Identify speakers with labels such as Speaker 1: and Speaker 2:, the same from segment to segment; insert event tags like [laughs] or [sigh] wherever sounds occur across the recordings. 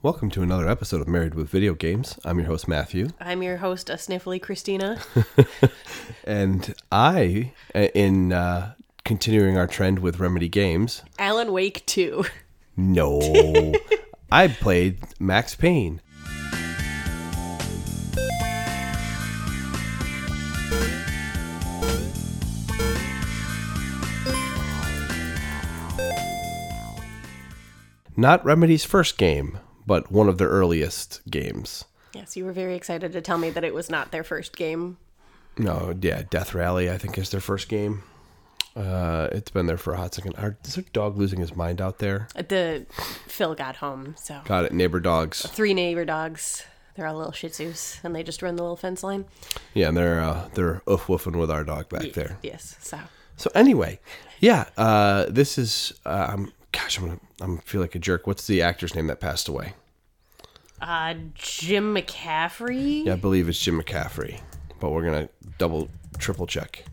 Speaker 1: Welcome to another episode of Married with Video Games. I'm your host, Matthew.
Speaker 2: I'm your host, a sniffly Christina.
Speaker 1: And I, in uh, continuing our trend with Remedy Games,
Speaker 2: Alan Wake 2.
Speaker 1: no, I played Max Payne. Not Remedy's first game, but one of their earliest games.
Speaker 2: Yes, you were very excited to tell me that it was not their first game.
Speaker 1: No, yeah, Death Rally, I think, is their first game. Uh, it's been there for a hot second. Are, is there a dog losing his mind out there?
Speaker 2: Uh, The Phil got home, so
Speaker 1: Got it, neighbor dogs.
Speaker 2: three neighbor dogs. They're all little Shih Tzus, and they just run the little fence line.
Speaker 1: Yeah, and they're uh, they're oof woofing with our dog back there.
Speaker 2: Yes, so
Speaker 1: So anyway, yeah, uh, this is um, gosh, I'm gonna I'm feel like a jerk. What's the actor's name that passed away?
Speaker 2: uh, Jim McCaffrey.
Speaker 1: Yeah, I believe it's Jim McCaffrey, but we're gonna double triple check.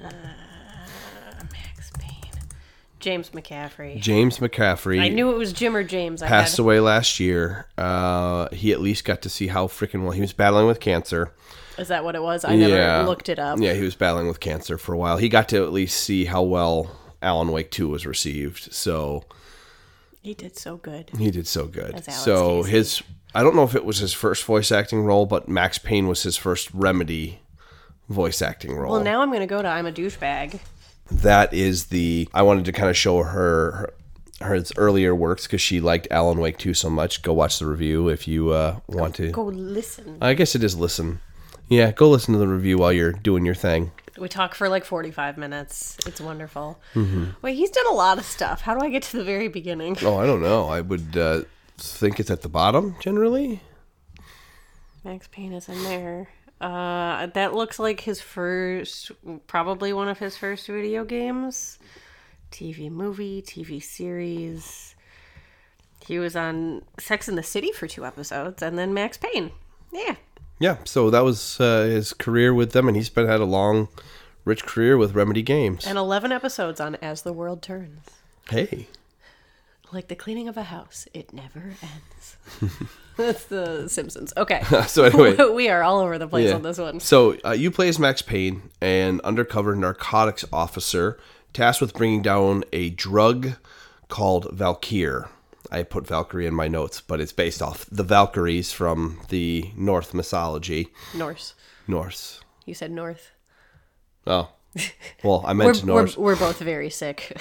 Speaker 2: Max Payne. James McCaffrey.
Speaker 1: James McCaffrey.
Speaker 2: I knew it was Jim or James. I
Speaker 1: passed
Speaker 2: had
Speaker 1: away last year. Uh, he at least got to see how freaking well he was battling with cancer.
Speaker 2: is that what it was? I never looked it up.
Speaker 1: Yeah, he was battling with cancer for a while. He got to at least see how well Alan Wake 2 was received. So
Speaker 2: He did so good.
Speaker 1: he did so good.
Speaker 2: That's Alex
Speaker 1: So
Speaker 2: Casey.
Speaker 1: his I don't know if it was his first voice acting role, but Max Payne was his first remedy voice acting role.
Speaker 2: Well, now I'm gonna go to I'm a douchebag.
Speaker 1: that is the I wanted to kind of show her her, her his earlier works because she liked Alan Wake 2 so much. Go watch the review if you uh, want to.
Speaker 2: Go listen.
Speaker 1: I guess it is listen. Yeah, go listen to the review while you're doing your thing.
Speaker 2: We talk for like 45 minutes. It's wonderful. Wait, he's done a lot of stuff. How do I get to the very beginning?
Speaker 1: Oh, I don't know. I would uh, think it's at the bottom generally.
Speaker 2: Max Payne is in there. Uh, that looks like his first, probably one of his first video games, TV movie, TV series. He was on Sex in the City for two episodes, and then Max Payne. Yeah,
Speaker 1: Yeah, so that was uh, his career with them, and he's been had a long, rich career with Remedy Games.
Speaker 2: and 11 episodes on As the World Turns.
Speaker 1: hey,
Speaker 2: Like the cleaning of a house, it never ends. That's the Simpsons. Okay.
Speaker 1: so
Speaker 2: [laughs]
Speaker 1: anyway,
Speaker 2: we are all over the place on this one.
Speaker 1: So uh, you play as Max Payne, an undercover narcotics officer tasked with bringing down a drug called Valkyrie. I put Valkyrie in my notes, but it's based off the Valkyries from the North mythology,
Speaker 2: Norse.
Speaker 1: Norse.
Speaker 2: You said North. [laughs]
Speaker 1: Oh, well, I
Speaker 2: We're,
Speaker 1: meant
Speaker 2: we're,
Speaker 1: Norse.
Speaker 2: we're both very sick.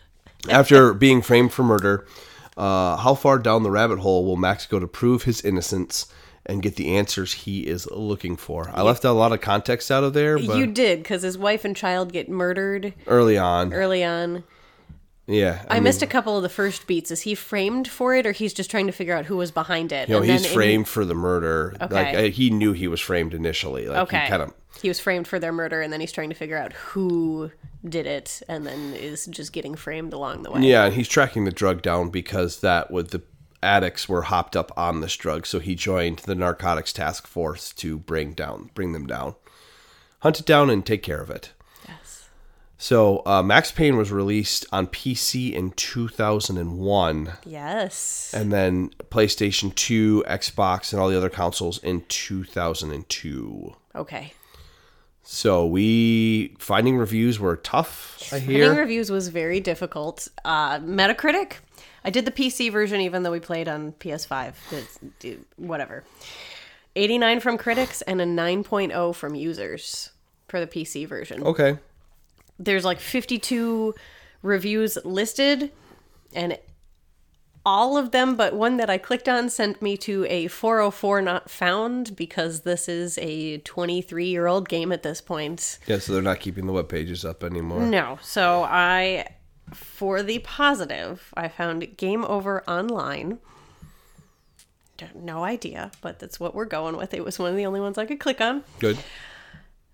Speaker 2: [laughs]
Speaker 1: After being framed for murder, uh, how far down the rabbit hole will Max go to prove his innocence and get the answers he is looking for? I left a lot of context out of there, but
Speaker 2: you did, because his wife and child get murdered
Speaker 1: early on,
Speaker 2: early on.
Speaker 1: yeah,
Speaker 2: I missed a couple of the first beats. Is he framed for it, or he's just trying to figure out who was behind it?
Speaker 1: you know, he's
Speaker 2: then in-
Speaker 1: framed for the murder. Like
Speaker 2: Okay.
Speaker 1: I, he knew he was framed initially. Like
Speaker 2: okay.
Speaker 1: he
Speaker 2: He,
Speaker 1: kind of
Speaker 2: was framed for their murder, and then he's trying to figure out who did it, and then is just getting framed along the way.
Speaker 1: yeah, and he's tracking the drug down because that would the addicts were hopped up on this drug, so he joined the narcotics task force to bring down bring them down, hunt it down, and take care of it.
Speaker 2: Yes.
Speaker 1: So uh, Max Payne was released on PC in 2001,
Speaker 2: Yes.
Speaker 1: and then PlayStation 2, Xbox, and all the other consoles in 2002.
Speaker 2: Okay.
Speaker 1: So we finding reviews were tough. I
Speaker 2: Reading
Speaker 1: hear.
Speaker 2: reviews was very difficult. Uh, Metacritic, I did the PC version, even though we played on PS5. It's- dude, whatever. 89 from critics and a 9.0 from users for the PC version.
Speaker 1: Okay.
Speaker 2: There's like 52 reviews listed, and all of them but one that I clicked on sent me to a 404 not found because this is a 23 year old game at this point.
Speaker 1: Yeah, so they're not keeping the web pages up anymore.
Speaker 2: No. So I, for the positive, I found Game Over Online. Don't- No idea, but that's what we're going with. It was one of the only ones I could click on.
Speaker 1: Good.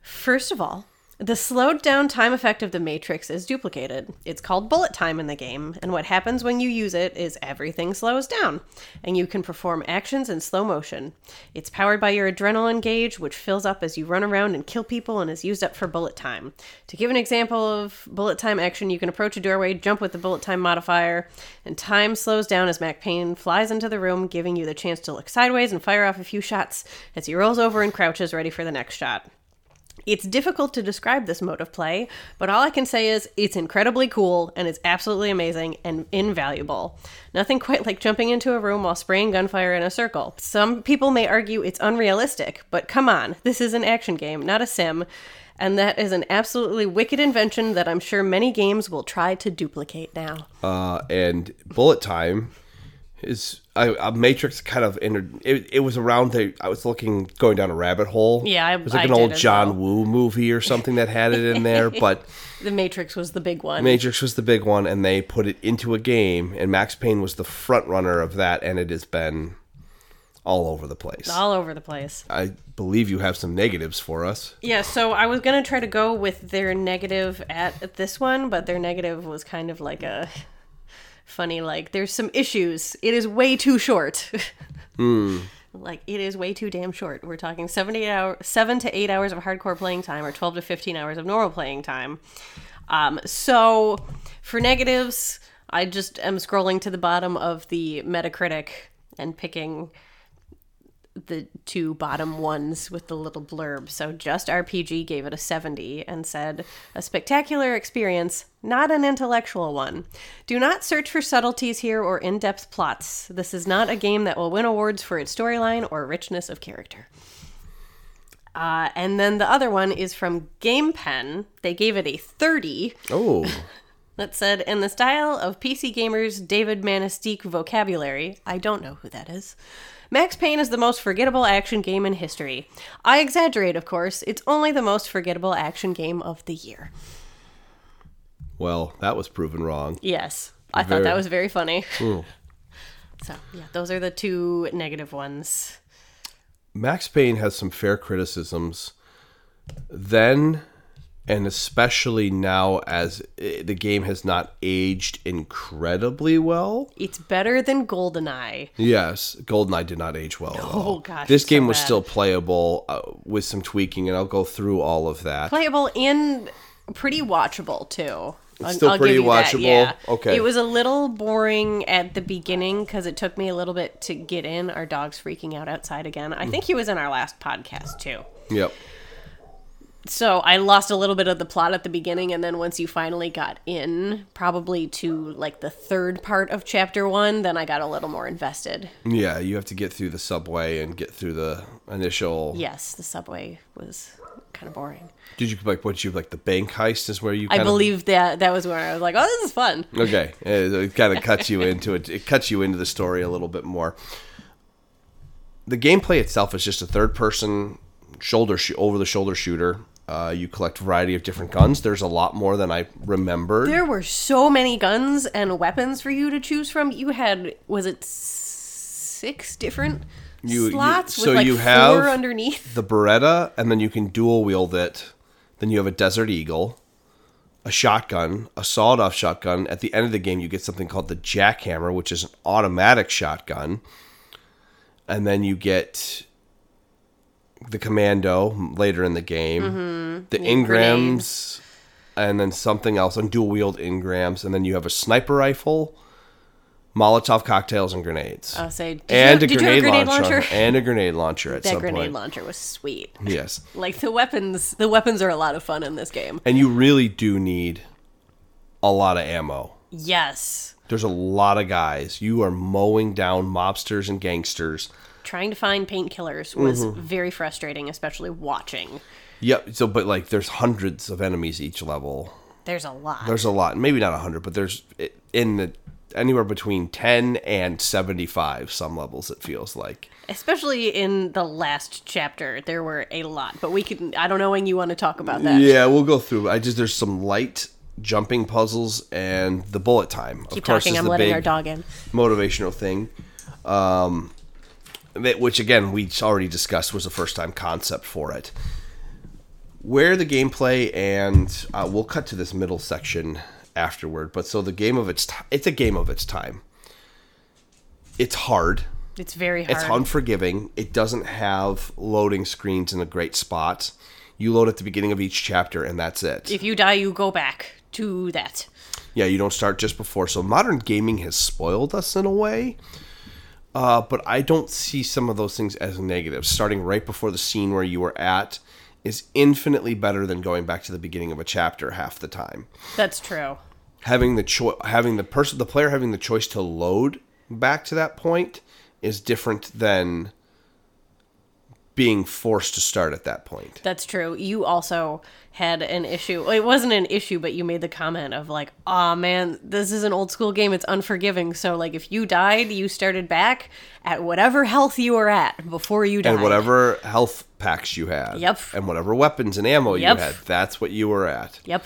Speaker 2: First of all, The slowed down time effect of the matrix is duplicated. It's called bullet time in the game, and what happens when you use it is everything slows down, and you can perform actions in slow motion. It's powered by your adrenaline gauge, which fills up as you run around and kill people and is used up for bullet time. To give an example of bullet time action, you can approach a doorway, jump with the bullet time modifier, and time slows down as Mac Payne flies into the room, giving you the chance to look sideways and fire off a few shots as he rolls over and crouches ready for the next shot. It's difficult to describe this mode of play, but all I can say is it's incredibly cool and it's absolutely amazing and invaluable. Nothing quite like jumping into a room while spraying gunfire in a circle. Some people may argue it's unrealistic, but come on, this is an action game, not a sim, and that is an absolutely wicked invention that I'm sure many games will try to duplicate now.
Speaker 1: Uh, and bullet time is I, a matrix kind of entered it, it was around the i was looking going down a rabbit hole
Speaker 2: Yeah, I-
Speaker 1: it was like
Speaker 2: I
Speaker 1: an
Speaker 2: did
Speaker 1: old
Speaker 2: as
Speaker 1: john
Speaker 2: well.
Speaker 1: woo movie or something that had it in
Speaker 2: [laughs]
Speaker 1: there but
Speaker 2: The Matrix was the big one.
Speaker 1: matrix was the big one and they put it into a game and max payne was the front runner of that and it has been all over the place
Speaker 2: all over the place.
Speaker 1: i believe you have some negatives for
Speaker 2: [laughs]
Speaker 1: us
Speaker 2: Yeah, so I was gonna try to go with their negative at this one, but their negative was kind of like a funny like there's some issues. It is way too short. Like it is way too damn short. We're talking seven to eight hour, seven to eight hours of hardcore playing time, or twelve to fifteen hours of normal playing time. Um, so for negatives, I just am scrolling to the bottom of the Metacritic and picking the two bottom ones with the little blurb. So just RPG gave it a 70 and said, a spectacular experience, not an intellectual one. Do not search for subtleties here or in depth plots. This is not a game that will win awards for its storyline or richness of character. Uh, and then the other one is from GamePen. They gave it a 30
Speaker 1: oh
Speaker 2: that said, in the style of PC Gamer's David Manistique vocabulary, I don't know who that is. Max Payne is the most forgettable action game in history. I exaggerate, of course, it's only the most forgettable action game of the year.
Speaker 1: well that was proven wrong Hmm.
Speaker 2: Yes, I
Speaker 1: Very-
Speaker 2: thought that was very funny. [laughs]
Speaker 1: Ooh.
Speaker 2: So, yeah, those are the two negative ones.
Speaker 1: Max Payne has some fair criticisms then and especially now as eh, the game has not aged incredibly well.
Speaker 2: It's better than GoldenEye.
Speaker 1: Yes, Goldeneye did not age well at all.
Speaker 2: Oh, gosh,
Speaker 1: This
Speaker 2: it's
Speaker 1: game
Speaker 2: so
Speaker 1: was
Speaker 2: bad.
Speaker 1: still playable uh, with some tweaking and I'll go through all of that.
Speaker 2: Playable and pretty watchable, too. I'll-
Speaker 1: still
Speaker 2: I'll give
Speaker 1: pretty
Speaker 2: you that,
Speaker 1: watchable?
Speaker 2: yeah.
Speaker 1: Okay.
Speaker 2: It was a little boring at the beginning because it took me a little bit to get in. Our dog's freaking out outside again.
Speaker 1: Mm.
Speaker 2: I think he was in our last podcast too.
Speaker 1: Yep.
Speaker 2: So I lost a little bit of the plot at the beginning, and then once you finally got in, probably to like the third part of chapter one, then I got a little more invested.
Speaker 1: Yeah, you have to get through the subway and get through the initial
Speaker 2: Yes, the subway was kind of boring.
Speaker 1: Did you like what you like the bank heist is where you
Speaker 2: I
Speaker 1: kind of
Speaker 2: believe that that was where I was like, oh, this is fun.
Speaker 1: [laughs] Okay, it, it kind of cuts you into it. It cuts you into the story a little bit more. The gameplay itself is just a third-person shoulder sh- over-the-shoulder shooter. Uh, you collect a variety of different guns. There's a lot more than I remembered.
Speaker 2: There were so many guns and weapons for you to choose from. You had was it six different
Speaker 1: You- you-
Speaker 2: slots
Speaker 1: so
Speaker 2: with like
Speaker 1: you
Speaker 2: four
Speaker 1: have-
Speaker 2: underneath?
Speaker 1: the Beretta, and then you can dual wield it. Then you have a Desert Eagle, a shotgun, a sawed off shotgun. At the end of the game, you get something called the Jackhammer, which is an automatic shotgun. And then you get the Commando later in the game,
Speaker 2: Mm-hmm.
Speaker 1: the Ingrams, and then something else, and dual wield Ingrams. And then you have a sniper rifle, Molotov cocktails, and grenades.
Speaker 2: I'll Uh, say. Did
Speaker 1: and
Speaker 2: you,
Speaker 1: a
Speaker 2: did you
Speaker 1: grenade,
Speaker 2: have a grenade
Speaker 1: launcher,
Speaker 2: launcher?
Speaker 1: and a grenade
Speaker 2: [laughs]
Speaker 1: launcher at
Speaker 2: that
Speaker 1: some
Speaker 2: grenade
Speaker 1: point.
Speaker 2: launcher was sweet.
Speaker 1: Yes.
Speaker 2: Like the weapons, the weapons are a lot of fun in this game.
Speaker 1: And you really do need a lot of ammo.
Speaker 2: Yes,
Speaker 1: There's a lot of guys. You are mowing down mobsters and gangsters.
Speaker 2: trying to find painkillers was
Speaker 1: Mm-hmm.
Speaker 2: very frustrating, especially watching.
Speaker 1: Yep. So, but like, there's hundreds of enemies each level.
Speaker 2: There's a lot.
Speaker 1: There's a lot. Maybe not a hundred, but there's in the anywhere between ten and seventy-five. Some levels it feels like.
Speaker 2: Especially in the last chapter, there were a lot, but we can. I don't know when you want to talk about that.
Speaker 1: Yeah, we'll go through. I just there's some light jumping puzzles and the bullet time.
Speaker 2: Keep talking. I'm letting our dog in.
Speaker 1: motivational thing, um, that, which again we already discussed was a first time concept for it. where the gameplay and uh, we'll cut to this middle section afterward. But so the game of its time, it's a game of its time. It's hard.
Speaker 2: It's very hard.
Speaker 1: It's unforgiving. It doesn't have loading screens in a great spot. You load at the beginning of each chapter, and that's it.
Speaker 2: if you die, you go back to that.
Speaker 1: Yeah, you don't start just before. So modern gaming has spoiled us in a way. Uh, but I don't see some of those things as negative. Starting right before the scene where you were at is infinitely better than going back to the beginning of a chapter half the time.
Speaker 2: That's true.
Speaker 1: Having the choice, having the person, the player having the choice to load back to that point is different than being forced to start at that point.
Speaker 2: That's true. You also had an issue. It wasn't an issue, but you made the comment of like, "Ah, man, this is an old school game. It's unforgiving." So like, if you died, you started back at whatever health you were at before you died.
Speaker 1: And whatever health packs you had,
Speaker 2: Yep.
Speaker 1: and whatever weapons and ammo
Speaker 2: Yep.
Speaker 1: you had, that's what you were at.
Speaker 2: Yep.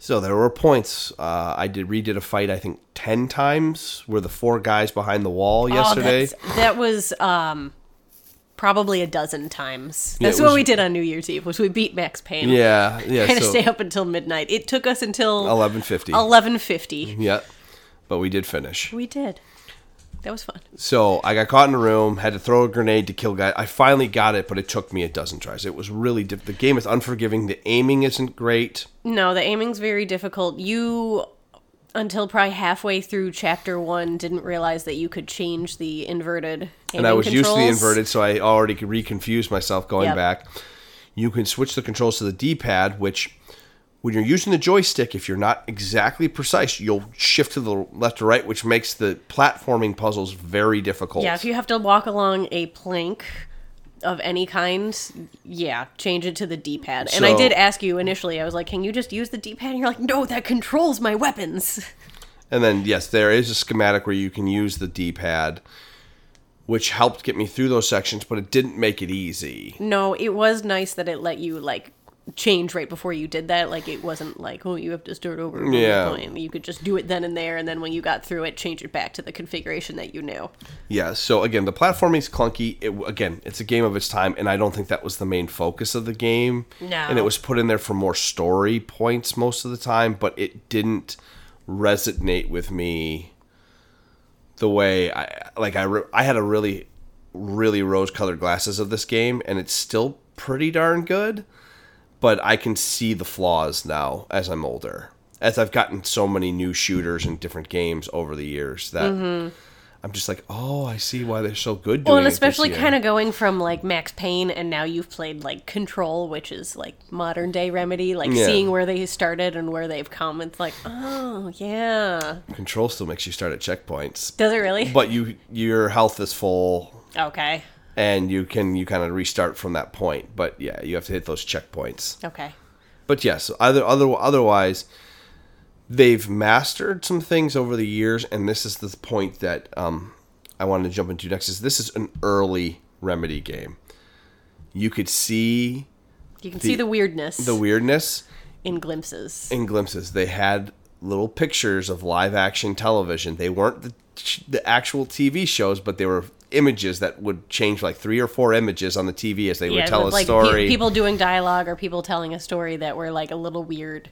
Speaker 1: So there were points. Uh, I did redid a fight. I think ten times were the four guys behind the wall yesterday.
Speaker 2: Oh, that's- that was um, probably a dozen times.
Speaker 1: Yeah,
Speaker 2: That's
Speaker 1: it
Speaker 2: what
Speaker 1: was-
Speaker 2: we did on New Year's Eve, was we beat Max Payne. [laughs]
Speaker 1: yeah, yeah.
Speaker 2: Kind of
Speaker 1: so
Speaker 2: stay up until midnight. It took us until
Speaker 1: eleven fifty.
Speaker 2: eleven fifty.
Speaker 1: Yeah, but we did finish.
Speaker 2: We did. That was fun.
Speaker 1: So I got caught in a room. Had to throw a grenade to kill guy. I finally got it, but it took me a dozen tries. It was really diff- the game is unforgiving. The aiming isn't great.
Speaker 2: No, the aiming's very difficult. You until probably halfway through chapter one didn't realize that you could change the inverted aiming
Speaker 1: and I was used to the
Speaker 2: controls.
Speaker 1: inverted, so I already could reconfuse myself going
Speaker 2: Yep.
Speaker 1: back. You can switch the controls to the D-pad, which when you're using the joystick, if you're not exactly precise, you'll shift to the left or right, which makes the platforming puzzles very difficult.
Speaker 2: Yeah, if you have to walk along a plank of any kind, yeah, change it to the D pad. and I
Speaker 1: So-
Speaker 2: did ask you initially, I was like, Can you just use the D pad? And you're like, No, that controls my weapons.
Speaker 1: And then yes, there is a schematic where you can use the D-pad, which helped get me through those sections, but it didn't make it easy.
Speaker 2: No, it was nice that it let you like change right before you did that. Like it wasn't like, oh, you have to start over. from the
Speaker 1: Yeah.
Speaker 2: point." You could just do it then and there, and then when you got through it, change it back to the configuration that you knew.
Speaker 1: Yeah, so again, the platforming's clunky. It, again, it's a game of its time, and I don't think that was the main focus of the game.
Speaker 2: No.
Speaker 1: And it was put in there for more story points most of the time, but it didn't resonate with me the way I like. I re- I had a really, really rose-colored glasses of this game, and it's still pretty darn good. But I can see the flaws now as I'm older, as I've gotten so many new shooters and different games over the years that. I'm just like, oh, I see why they're so good. Doing
Speaker 2: Mm-hmm. Well, and especially kind
Speaker 1: of
Speaker 2: of going from like Max Payne, and now you've played like Control, which is like modern day Remedy, like
Speaker 1: Yeah.
Speaker 2: seeing where they started and where they've come. It's like, oh yeah,
Speaker 1: control still makes you start at checkpoints,
Speaker 2: does it really?
Speaker 1: but you your health is full,
Speaker 2: okay,
Speaker 1: and you can you kind of restart from that point. But yeah, you have to hit those checkpoints.
Speaker 2: okay,
Speaker 1: But yes, other other otherwise, they've mastered some things over the years, and this is the point that um, I wanted to jump into next. Is this is an early remedy game? You could see
Speaker 2: you can see the weirdness
Speaker 1: the weirdness.
Speaker 2: in glimpses.
Speaker 1: in glimpses. They had little pictures of live action television. They weren't the, the actual TV shows, but they were images that would change like three or four images on the TV as they would tell a
Speaker 2: with, like, pe-
Speaker 1: story.
Speaker 2: people doing dialogue or people telling a story that were like a little weird.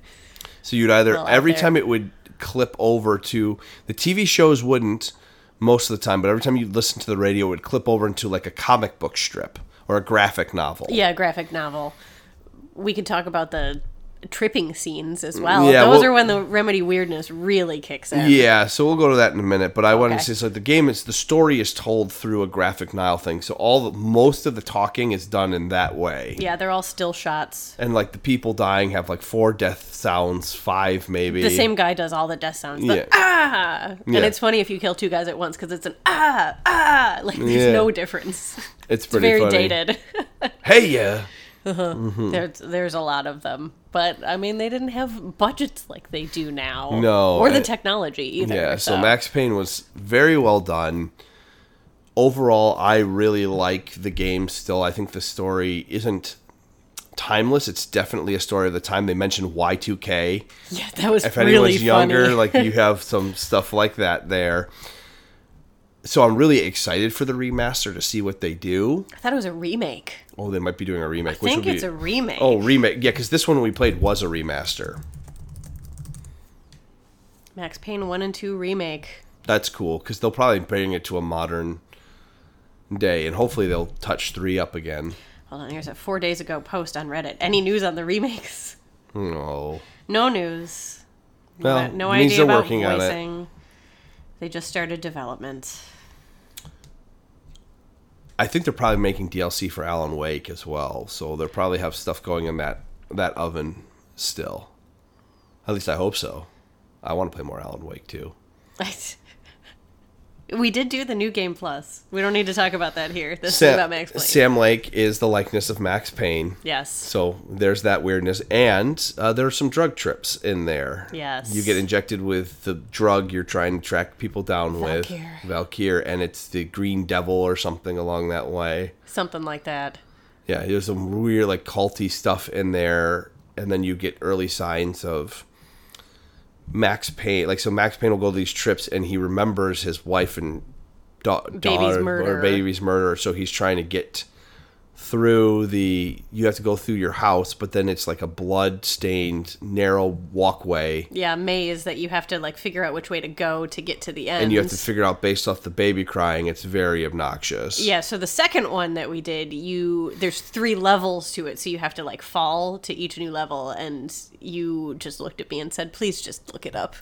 Speaker 1: so you'd either
Speaker 2: out
Speaker 1: every
Speaker 2: there.
Speaker 1: time it would clip over to the TV shows wouldn't most of the time, but every time you listen to the radio, it would clip over into like a comic book strip or a graphic novel.
Speaker 2: Yeah, graphic novel. We could talk about the tripping scenes as well.
Speaker 1: Yeah,
Speaker 2: Those
Speaker 1: well-
Speaker 2: are when the remedy weirdness really kicks in.
Speaker 1: Yeah, so we'll go to that in a minute. But I wanted to
Speaker 2: Okay.
Speaker 1: say so the game is the story is told through a graphic novel thing. So all the, most of the talking is done in that way.
Speaker 2: Yeah, they're all still shots.
Speaker 1: And like the people dying have like four death sounds, five maybe.
Speaker 2: The same guy does all the death sounds. The [laughs]
Speaker 1: Yeah.
Speaker 2: ah! And
Speaker 1: Yeah.
Speaker 2: it's funny if you kill two guys at once because it's an ah, ah. [laughs] Like there's
Speaker 1: Yeah.
Speaker 2: no difference. [laughs]
Speaker 1: It's
Speaker 2: It's
Speaker 1: pretty
Speaker 2: very
Speaker 1: funny. Hmm.
Speaker 2: dated.
Speaker 1: Hey yeah.
Speaker 2: [laughs] There's there's a lot of them, but I mean they didn't have budgets like they do now.
Speaker 1: No,
Speaker 2: or the
Speaker 1: and-
Speaker 2: technology either.
Speaker 1: Yeah, so Max Payne was very well done. Overall, I really like the game still. I think the story isn't timeless. It's definitely a story of the time. They mentioned Y2K.
Speaker 2: yeah, [laughs] that was
Speaker 1: if
Speaker 2: really [laughs]
Speaker 1: anyone's younger,
Speaker 2: funny.
Speaker 1: like you have some stuff like that there. so I'm really excited for the remaster to see what they do.
Speaker 2: I thought it was a remake.
Speaker 1: Oh, they might be doing a remake.
Speaker 2: I think
Speaker 1: would
Speaker 2: it's
Speaker 1: be,
Speaker 2: a remake.
Speaker 1: oh remake. Yeah, because this one we played was a remaster.
Speaker 2: Max Payne 1 and 2 remake.
Speaker 1: That's cool because they'll probably bring it to a modern day, and hopefully they'll touch three up again.
Speaker 2: Hold on, here's a four days ago post on Reddit. Any news on the remakes? [laughs]
Speaker 1: Oh,
Speaker 2: No news.
Speaker 1: well,
Speaker 2: no
Speaker 1: it means they're
Speaker 2: idea about
Speaker 1: working on it.
Speaker 2: voicing. They just started development. [laughs]
Speaker 1: I think they're probably making DLC for Alan Wake as well, so they'll probably have stuff going in that that oven still. At least I hope so. I want to play more Alan Wake too.
Speaker 2: we did do the new game plus. We don't need to talk about that here. This is
Speaker 1: Sam,
Speaker 2: about Max Payne.
Speaker 1: Sam Lake is the likeness of Max Payne.
Speaker 2: yes.
Speaker 1: So there's that weirdness, and uh, there are some drug trips in there.
Speaker 2: Yes.
Speaker 1: you get injected with the drug you're trying to track people down
Speaker 2: Valkyr.
Speaker 1: with, Valkyr, and it's the Green Devil or something along that way.
Speaker 2: Something like that.
Speaker 1: Yeah, there's some weird like culty stuff in there, and then you get early signs of Max Payne. Like so, Max Payne will go to these trips, and he remembers his wife and da- daughter
Speaker 2: murder.
Speaker 1: or baby's murder. So he's trying to get through the. You have to go through your house, but then it's like a blood stained narrow walkway.
Speaker 2: Yeah, maze that you have to like figure out which way to go to get to the end.
Speaker 1: And you have to figure out based off the baby crying. It's very obnoxious.
Speaker 2: Yeah, so the second one that we did, you there's three levels to it, so you have to like fall to each new level and you just looked at me and said, "Please just look it up."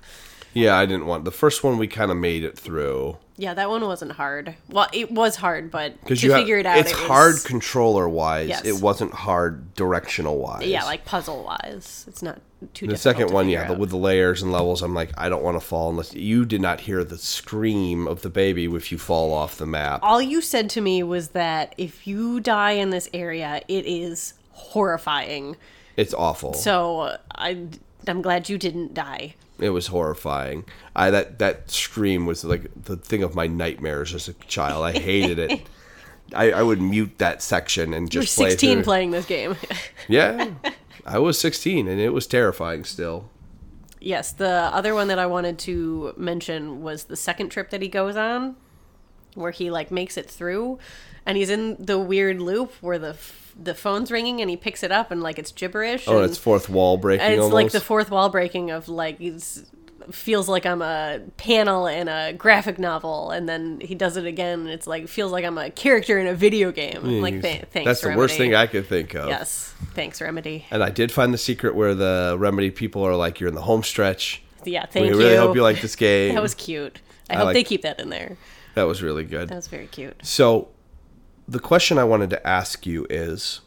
Speaker 1: yeah. I didn't want the first one. We kind of made it through.
Speaker 2: Yeah, that one wasn't hard. Well, it was hard, but to
Speaker 1: Because you have-
Speaker 2: figure it out
Speaker 1: It's
Speaker 2: it was,
Speaker 1: hard controller wise.
Speaker 2: Yes.
Speaker 1: It wasn't hard directional wise.
Speaker 2: Yeah, like puzzle wise. It's not too
Speaker 1: the
Speaker 2: difficult
Speaker 1: second
Speaker 2: to
Speaker 1: one,
Speaker 2: figure
Speaker 1: yeah, the,
Speaker 2: out.
Speaker 1: with the layers and levels. I'm like, I don't want to fall unless you did not hear the scream of the baby if you fall off the map.
Speaker 2: all you said to me was that if you die in this area, it is horrifying.
Speaker 1: It's awful.
Speaker 2: So I, I'm glad you didn't die.
Speaker 1: it was horrifying. I that that scream was like the thing of my nightmares as a child. I hated
Speaker 2: [laughs]
Speaker 1: it. I, I would mute that section and
Speaker 2: You're
Speaker 1: just play
Speaker 2: 16
Speaker 1: through.
Speaker 2: playing this game. [laughs]
Speaker 1: Yeah, I was 16 and it was terrifying still.
Speaker 2: yes, the other one that I wanted to mention was the second trip that he goes on, where he like makes it through, and he's in the weird loop where the f- the phone's ringing and he picks it up and like it's gibberish.
Speaker 1: Oh,
Speaker 2: and-
Speaker 1: it's fourth wall breaking.
Speaker 2: And it's
Speaker 1: almost.
Speaker 2: like the fourth wall breaking of like it's feels like I'm a panel in a graphic novel, and then he does it again, and it's like feels like I'm a character in a video game. I'm like th- thanks.
Speaker 1: That's the
Speaker 2: Remedy.
Speaker 1: worst thing I could think of.
Speaker 2: Yes, thanks, Remedy.
Speaker 1: And I did find the secret where the remedy people are like, "You're in the home stretch.
Speaker 2: Yeah, thank
Speaker 1: we really
Speaker 2: you.
Speaker 1: hope you
Speaker 2: [laughs]
Speaker 1: like this game."
Speaker 2: that was cute. I, hope
Speaker 1: like-
Speaker 2: they keep that in there.
Speaker 1: That was really good.
Speaker 2: That was very cute.
Speaker 1: so, the question I wanted to ask you is,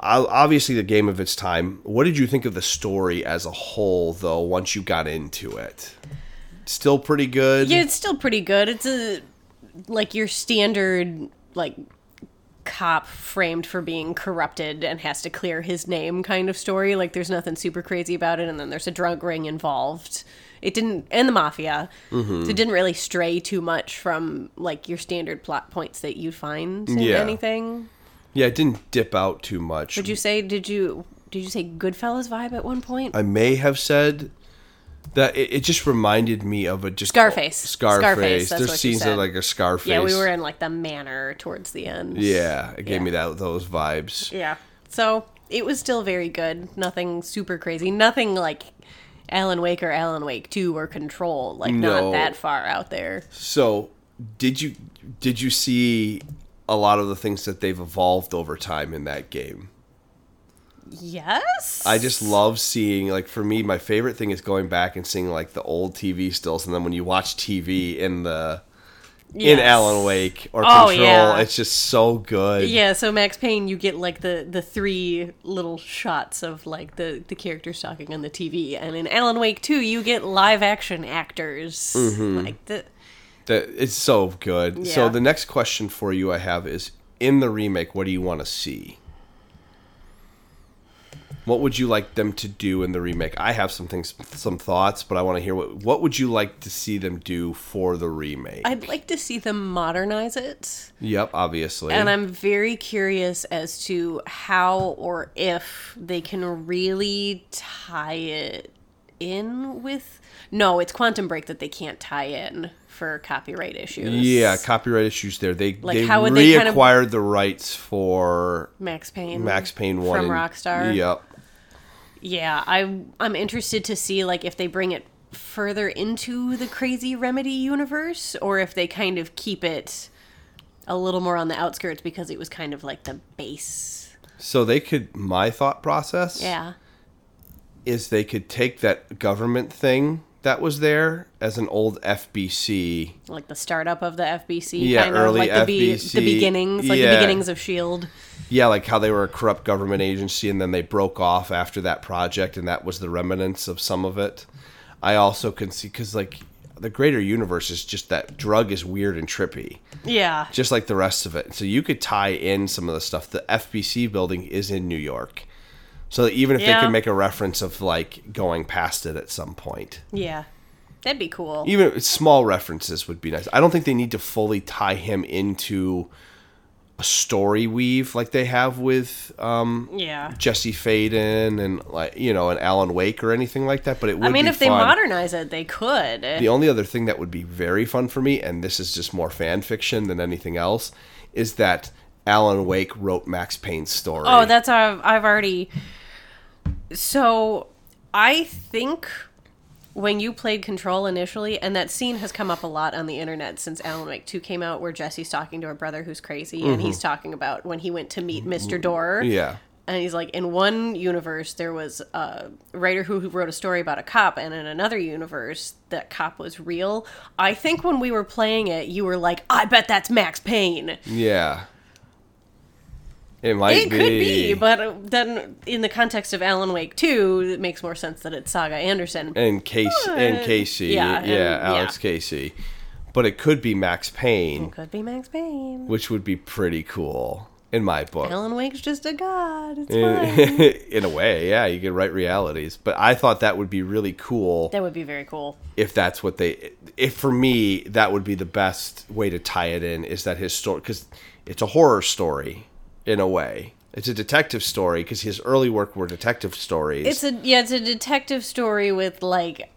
Speaker 1: o- obviously the game of its time. What did you think of the story as a whole, though? Once you got into it, still pretty good.
Speaker 2: Yeah, it's still pretty good. It's a like your standard like cop framed for being corrupted and has to clear his name kind of story. Like there's nothing super crazy about it, and then there's a drug ring involved. It didn't, and the mafia.
Speaker 1: Mm-hmm.
Speaker 2: So it didn't really stray too much from like your standard plot points that you find in
Speaker 1: Yeah.
Speaker 2: anything.
Speaker 1: Yeah, it didn't dip out too much.
Speaker 2: Did you say? Did you? Did you say Goodfellas vibe at one point?
Speaker 1: I may have said that it, it just reminded me of a just
Speaker 2: Scarface.
Speaker 1: Scarface.
Speaker 2: Scarface, that's
Speaker 1: There's
Speaker 2: what you
Speaker 1: scenes that
Speaker 2: said.
Speaker 1: are like a Scarface.
Speaker 2: yeah, we were in like the manor towards the end.
Speaker 1: Yeah, it gave
Speaker 2: Yeah.
Speaker 1: me that those vibes.
Speaker 2: Yeah. So it was still very good. Nothing super crazy. Nothing like Alan Wake or Alan Wake 2 or Control. Like,
Speaker 1: No.
Speaker 2: not that far out there.
Speaker 1: So, did you did you see a lot of the things that they've evolved over time in that game?
Speaker 2: Yes?
Speaker 1: I just love seeing like for me my favorite thing is going back and seeing like the old TV stills and then when you watch TV in the in
Speaker 2: Yes.
Speaker 1: Alan Wake or
Speaker 2: Oh,
Speaker 1: Control,
Speaker 2: yeah.
Speaker 1: it's just so good.
Speaker 2: Yeah, so Max Payne, you get like the, the three little shots of like the, the characters talking on the TV. And in Alan Wake 2, you get live action actors.
Speaker 1: Mm-hmm.
Speaker 2: Like, the,
Speaker 1: That it's so good. So
Speaker 2: Yeah.
Speaker 1: the next question for you I have is in the remake, what do you want to see? What would you like them to do in the remake? I have some things, some thoughts, but I want to hear what. What would you like to see them do for the remake?
Speaker 2: I'd like to see them modernize it.
Speaker 1: yep, obviously.
Speaker 2: And I'm very curious as to how or if they can really tie it in with. No, it's Quantum Break that they can't tie in for copyright issues.
Speaker 1: Yeah, copyright issues there. They
Speaker 2: Like,
Speaker 1: they
Speaker 2: how would they
Speaker 1: reacquired
Speaker 2: kind of-
Speaker 1: the rights for
Speaker 2: Max Payne.
Speaker 1: Max Payne one
Speaker 2: from
Speaker 1: and-
Speaker 2: Rockstar.
Speaker 1: Yep.
Speaker 2: Yeah, I I'm interested to see like if they bring it further into the crazy remedy universe or if they kind of keep it a little more on the outskirts because it was kind of like the base.
Speaker 1: So they could. My thought process
Speaker 2: Yeah.
Speaker 1: is they could take that government thing that was there as an old FBC.
Speaker 2: Like the startup of the FBC
Speaker 1: Yeah,
Speaker 2: kind
Speaker 1: early
Speaker 2: of like the be-
Speaker 1: FBC.
Speaker 2: the beginnings, like
Speaker 1: Yeah.
Speaker 2: the beginnings of Shield.
Speaker 1: Yeah, like how they were a corrupt government agency and then they broke off after that project and that was the remnants of some of it. I also can see because like the greater universe is just that drug is weird and trippy.
Speaker 2: Yeah.
Speaker 1: just like the rest of it. So you could tie in some of the stuff. The FBC building is in New York. So that even if they
Speaker 2: Yeah.
Speaker 1: could make a reference of like going past it at some point,
Speaker 2: Yeah. That'd be cool.
Speaker 1: even small references would be nice. I don't think they need to fully tie him into a story weave like they have with um,
Speaker 2: yeah.
Speaker 1: Jesse Faden and like you know and Alan Wake or anything like that. But it would
Speaker 2: I mean
Speaker 1: be
Speaker 2: if they
Speaker 1: fun.
Speaker 2: modernize it, they could.
Speaker 1: The only other thing that would be very fun for me, and this is just more fan fiction than anything else, is that Alan Wake wrote Max Payne's story.
Speaker 2: Oh, that's I've I've already. So, I think when you played Control initially, and that scene has come up a lot on the internet since Alan Wake Two came out, where Jesse's talking to her brother who's crazy,
Speaker 1: Mm-hmm.
Speaker 2: and he's talking about when he went to meet Mister Door.
Speaker 1: yeah.
Speaker 2: And he's like, in one universe, there was a writer who who wrote a story about a cop, and in another universe, that cop was real. I think when we were playing it, you were like, I bet that's Max Payne.
Speaker 1: Yeah. It might
Speaker 2: It
Speaker 1: be.
Speaker 2: could be, but uh, then in the context of Alan Wake 2, it makes more sense that it's Saga Anderson.
Speaker 1: and Casey, and
Speaker 2: Uh,
Speaker 1: Casey,
Speaker 2: yeah,
Speaker 1: yeah,
Speaker 2: and-
Speaker 1: Alex
Speaker 2: yeah.
Speaker 1: Casey, but it could be Max Payne,
Speaker 2: could be Max Payne.
Speaker 1: which would be pretty cool in my book. [laughs]
Speaker 2: Alan Wake's just a god. It's fine.
Speaker 1: in, in a way, yeah, you could write realities, but I thought that would be really cool.
Speaker 2: That would be very cool.
Speaker 1: if that's what they if for me that would be the best way to tie it in is that his story because it's a horror story in a way it's a detective story because his early work were detective stories
Speaker 2: It's a yeah, it's a detective story with like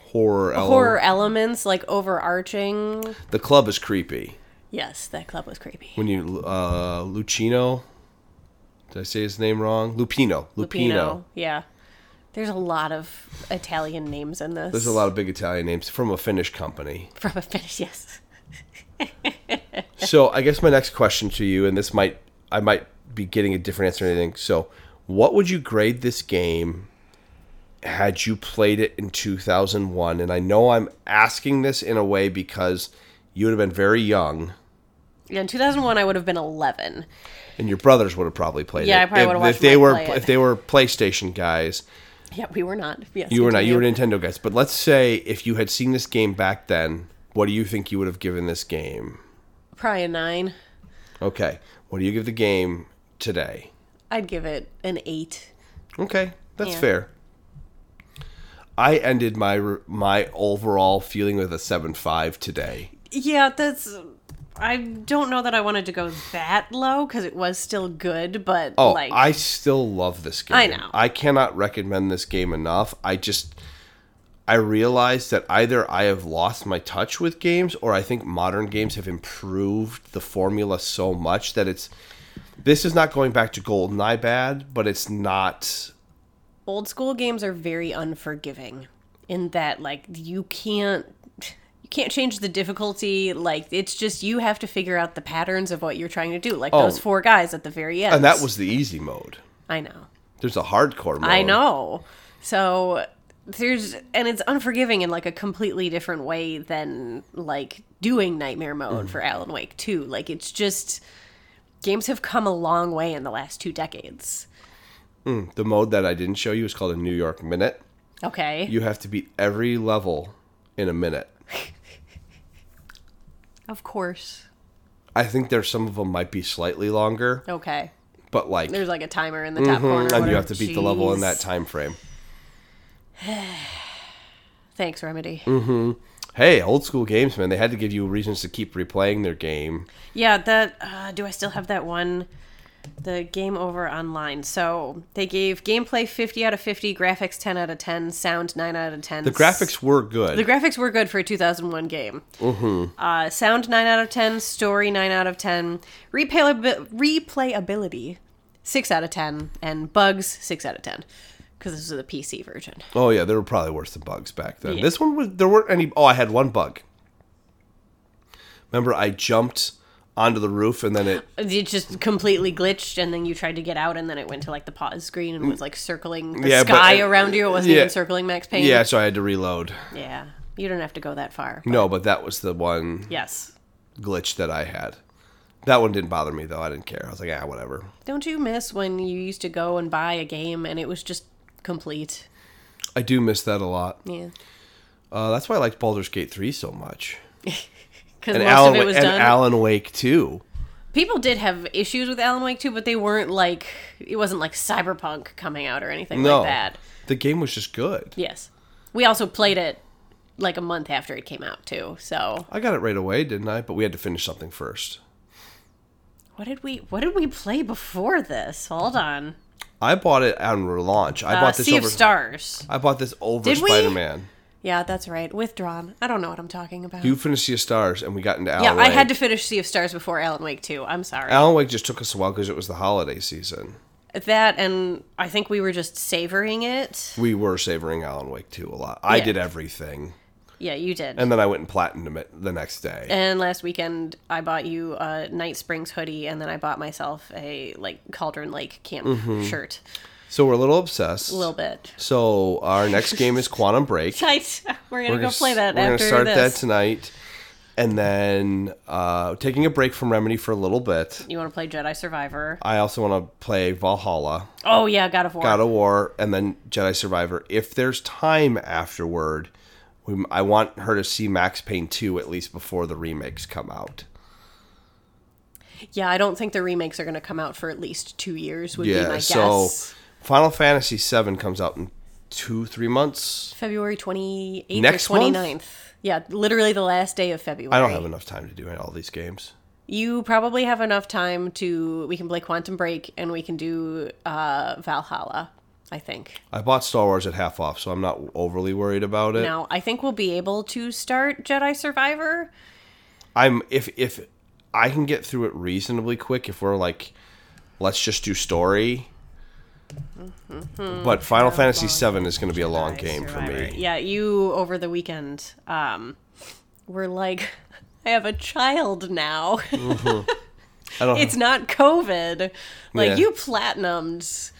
Speaker 1: horror ele-
Speaker 2: horror elements, like overarching.
Speaker 1: the club is creepy
Speaker 2: Yes, that club was creepy.
Speaker 1: when you uh lucino did i say his name wrong lupino lupino,
Speaker 2: Pino. Yeah. There's a lot of Italian names in this.
Speaker 1: there's a lot of big italian names from a finnish company [laughs]
Speaker 2: from a Finnish. [laughs] Yes.
Speaker 1: so I guess my next question to you, and this might I might be getting a different answer than anything. So, what would you grade this game had you played it in 2001? And I know I'm asking this in a way because you would have been very young,
Speaker 2: Yeah, in 2001, I would have been 11.
Speaker 1: and your brothers would have probably played it.
Speaker 2: Yeah, I probably
Speaker 1: If-
Speaker 2: would have watched
Speaker 1: if they
Speaker 2: Mike
Speaker 1: were
Speaker 2: play it.
Speaker 1: if they were PlayStation guys.
Speaker 2: Yeah, we were not. Yes,
Speaker 1: You were not. You
Speaker 2: continue.
Speaker 1: were Nintendo guys. But let's say if you had seen this game back then, what do you think you would have given this game?
Speaker 2: probably a nine.
Speaker 1: Okay. What do you give the game today?
Speaker 2: I'd give it an eight.
Speaker 1: Okay, that's
Speaker 2: Yeah.
Speaker 1: fair. I ended my my overall feeling with a seven five today.
Speaker 2: Yeah, that's. I don't know that I wanted to go that low because it was still good, but
Speaker 1: Oh,
Speaker 2: like,
Speaker 1: I still love this game.
Speaker 2: I know.
Speaker 1: I cannot recommend this game enough. I just I realize that either I have lost my touch with games or I think modern games have improved the formula so much that it's this is not going back to GoldenEye bad, but it's not
Speaker 2: old school games are very unforgiving in that like you can't you can't change the difficulty. Like it's just you have to figure out the patterns of what you're trying to do. Like those four guys at the very end.
Speaker 1: Oh. and that was Oh. the easy mode.
Speaker 2: I know.
Speaker 1: There's a hardcore mode.
Speaker 2: I know. So there's and it's unforgiving in like a completely different way than like doing nightmare
Speaker 1: Mm.
Speaker 2: mode for Alan Wake 2. Like it's just games have come a long way in the last two decades.
Speaker 1: The mode that I didn't show you is called a New York Minute.
Speaker 2: Okay.
Speaker 1: You have to beat every level in a minute.
Speaker 2: of course.
Speaker 1: I think there's some of them might be slightly longer,
Speaker 2: Okay.
Speaker 1: but like
Speaker 2: There's like a timer in the top corner.
Speaker 1: Mm-hmm. and you
Speaker 2: whatever.
Speaker 1: have to beat the level in that
Speaker 2: Jeez.
Speaker 1: time frame.
Speaker 2: Thanks, Remedy.
Speaker 1: Mm. Hey, old school games, man. They had to give you reasons to keep replaying their game.
Speaker 2: Yeah, that uh, do I still have that one the game over online. So they gave gameplay 50 out of 50, graphics 10 out of 10, sound 9 out of 10.
Speaker 1: The graphics were good.
Speaker 2: The graphics were good for a 2001 game.
Speaker 1: Mm-hmm.
Speaker 2: Uh, sound 9 out of 10, story 9 out of 10, replayab- replayability 6 out of 10, and bugs 6 out of 10. Because this is the PC version.
Speaker 1: oh yeah, there were probably worse than bugs back then. This one was there weren't any. Oh, I had one bug. Remember, I jumped onto the roof and then it
Speaker 2: It just completely glitched, and then you tried to get out, and then it went to like the pause screen and was like circling the
Speaker 1: Yeah, but- uh,
Speaker 2: sky around you. It wasn't
Speaker 1: yeah.
Speaker 2: even circling Max Payne.
Speaker 1: yeah, so I had to reload.
Speaker 2: Yeah. You don't have to go that far.
Speaker 1: No, but that was the one
Speaker 2: Yes.
Speaker 1: glitch that I had. That one didn't bother me though. I didn't care. I was like, ah, whatever.
Speaker 2: Don't you miss when you used to go and buy a game and it was just complete?
Speaker 1: I do miss that a lot.
Speaker 2: Yeah.
Speaker 1: Uh, that's why I liked Baldur's Gate three so much,
Speaker 2: Because
Speaker 1: and
Speaker 2: most
Speaker 1: Alan
Speaker 2: of it
Speaker 1: Wa-
Speaker 2: was
Speaker 1: and
Speaker 2: done.
Speaker 1: Alan Wake too.
Speaker 2: People did have issues with Alan Wake too, but they weren't like it wasn't like cyberpunk coming out or anything
Speaker 1: No,
Speaker 2: like that.
Speaker 1: the game was just good.
Speaker 2: Yes. We also played it like a month after it came out too. So
Speaker 1: I got it right away, didn't I? But we had to finish something first.
Speaker 2: what did we what did we play before this? Hold on.
Speaker 1: I bought it on launch. I
Speaker 2: Uh,
Speaker 1: bought this
Speaker 2: sea
Speaker 1: over.
Speaker 2: of Stars.
Speaker 1: I bought this over
Speaker 2: Did we?
Speaker 1: Spider Man.
Speaker 2: Yeah, that's right. Withdrawn. I don't know what I'm talking about.
Speaker 1: You finished Sea of Stars, and we got into Alan
Speaker 2: yeah,
Speaker 1: Wake.
Speaker 2: I had to finish Sea of Stars before Alan Wake too. I'm sorry.
Speaker 1: Alan Wake just took us a while because it was the holiday season.
Speaker 2: That and I think we were just savoring it.
Speaker 1: We were savoring Alan Wake too a lot. I
Speaker 2: Yeah.
Speaker 1: did everything,
Speaker 2: Yeah, you did. And,
Speaker 1: and then I went and platinum it the next day.
Speaker 2: last weekend I bought you a Night Springs hoodie and then I bought myself a like Cauldron Lake camp
Speaker 1: Mm-hmm.
Speaker 2: shirt.
Speaker 1: so we're a little obsessed.
Speaker 2: A little bit.
Speaker 1: So our next game is Quantum Break.
Speaker 2: Tight. [laughs] We're gonna
Speaker 1: We're
Speaker 2: go
Speaker 1: gonna
Speaker 2: play
Speaker 1: s-
Speaker 2: that
Speaker 1: We're
Speaker 2: after
Speaker 1: gonna start
Speaker 2: this.
Speaker 1: that tonight, and then uh, taking a break from Remedy for a little bit.
Speaker 2: you wanna play Jedi Survivor?
Speaker 1: I also want to play Valhalla.
Speaker 2: Oh yeah, God of War.
Speaker 1: God of War, and then Jedi Survivor. If there's time afterward, we, I want her to see Max Payne 2 at least before the remakes come out.
Speaker 2: yeah, I don't think the remakes are gonna come out for at least two years would be
Speaker 1: Yeah,
Speaker 2: my
Speaker 1: so
Speaker 2: guess.
Speaker 1: Final Fantasy 7 comes out in two, three months.
Speaker 2: February twenty eighth or
Speaker 1: Next month?
Speaker 2: 29th. ninth. Yeah, literally the last day of February.
Speaker 1: I don't have enough time to do all these games.
Speaker 2: You probably have enough time to. We can play Quantum Break and we can do uh, Valhalla. I think.
Speaker 1: I bought Star Wars at half off, so I'm not overly worried about it.
Speaker 2: Now I think we'll be able to start Jedi Survivor.
Speaker 1: I'm if if I can get through it reasonably quick if we're like let's just do story.
Speaker 2: Mm-hmm.
Speaker 1: But Final Fantasy 7 is going to be a long game for
Speaker 2: Survivor.
Speaker 1: me.
Speaker 2: Yeah, you over the weekend. Um, we're like, [laughs] I have a child now.
Speaker 1: I don't
Speaker 2: it's not COVID. Like
Speaker 1: Yeah.
Speaker 2: you platinumed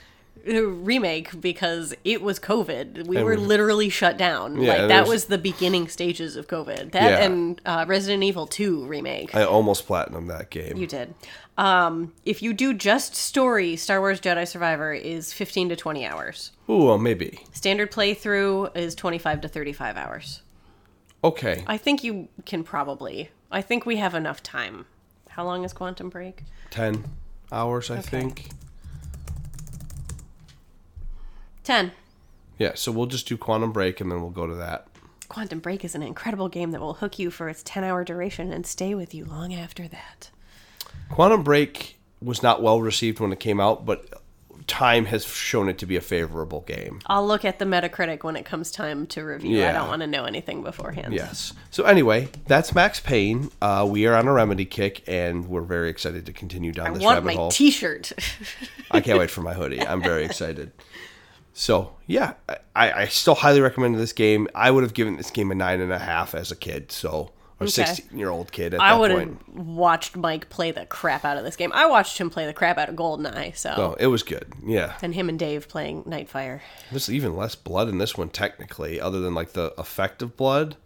Speaker 2: the remake because it was COVID. We were literally shut down.
Speaker 1: Yeah,
Speaker 2: like that
Speaker 1: there's-
Speaker 2: was the beginning stages of COVID. That
Speaker 1: Yeah.
Speaker 2: and uh, Resident Evil Two remake.
Speaker 1: I almost platinum that game.
Speaker 2: you did. Um, if you do just story, Star Wars Jedi Survivor is 15 to 20 hours.
Speaker 1: Ooh, well, maybe.
Speaker 2: Standard playthrough is 25 to 35 hours.
Speaker 1: Okay.
Speaker 2: I think you can probably. I think we have enough time. How long is Quantum Break?
Speaker 1: 10 hours, I think.
Speaker 2: 10.
Speaker 1: Yeah, so we'll just do Quantum Break and then we'll go to that.
Speaker 2: Quantum Break is an incredible game that will hook you for its 10 hour duration and stay with you long after that.
Speaker 1: Quantum Break was not well received when it came out, but time has shown it to be a favorable game.
Speaker 2: I'll look at the Metacritic when it comes time to review. I
Speaker 1: Yeah.
Speaker 2: don't want to know anything beforehand.
Speaker 1: Yes. So anyway, that's Max Payne. Uh, we are on a remedy kick, and we're very excited to continue down
Speaker 2: I
Speaker 1: this
Speaker 2: want
Speaker 1: rabbit
Speaker 2: my
Speaker 1: hole.
Speaker 2: t shirt.
Speaker 1: I can't wait for my hoodie. I'm very excited. So yeah, I, I still highly recommend this game. I would have given this game a nine and a half as a kid, so or sixteen year old kid at
Speaker 2: [laughs] I
Speaker 1: that
Speaker 2: would
Speaker 1: point.
Speaker 2: have watched Mike play the crap out of this game. I watched him play the crap out of Goldeneye, so.
Speaker 1: Oh, it was good. Yeah,
Speaker 2: And him and Dave playing Nightfire.
Speaker 1: there's even less blood in this one technically, other than like the effect of blood.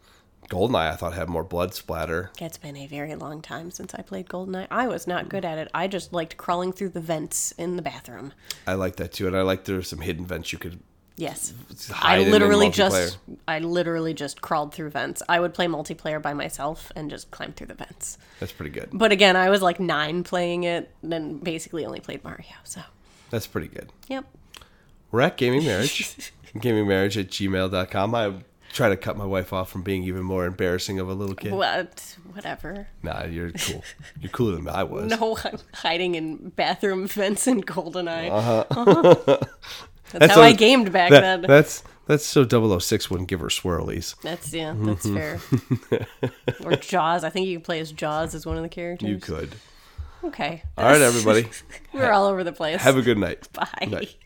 Speaker 1: Goldeneye, I thought had more blood splatter.
Speaker 2: It's been a very long time since I played Goldeneye. I was not good at it. I just liked crawling through the vents in the bathroom.
Speaker 1: I like that too, and I like there's some hidden vents you could
Speaker 2: Yes.
Speaker 1: hide
Speaker 2: I
Speaker 1: in in
Speaker 2: literally
Speaker 1: multiplayer.
Speaker 2: just I literally just crawled through vents. I would play multiplayer by myself and just climb through the vents.
Speaker 1: That's pretty good.
Speaker 2: But again, I was like 9 playing it and then basically only played Mario. So,
Speaker 1: That's pretty good.
Speaker 2: yep. [laughs]
Speaker 1: We're at Gaming Marriage. gaming Marriage at gmail.com. I trying to cut my wife off from being even more embarrassing of a little kid.
Speaker 2: What? Whatever.
Speaker 1: Nah, you're cool. You're cooler than I was.
Speaker 2: No, [laughs] I'm hiding in bathroom vents in Goldeneye. Uh-huh.
Speaker 1: [laughs]
Speaker 2: That's,
Speaker 1: Uh-huh. That's
Speaker 2: how
Speaker 1: what-
Speaker 2: I gamed back
Speaker 1: That-
Speaker 2: then.
Speaker 1: that's that's so 006 wouldn't give her swirlies.
Speaker 2: That's yeah, that's fair.
Speaker 1: Mm-hmm. [laughs]
Speaker 2: or Jaws. I think you can play as Jaws as one of the characters.
Speaker 1: You could.
Speaker 2: Okay.
Speaker 1: All right, everybody.
Speaker 2: [laughs] We're all over the place.
Speaker 1: Have a good night.
Speaker 2: Bye.
Speaker 1: Night.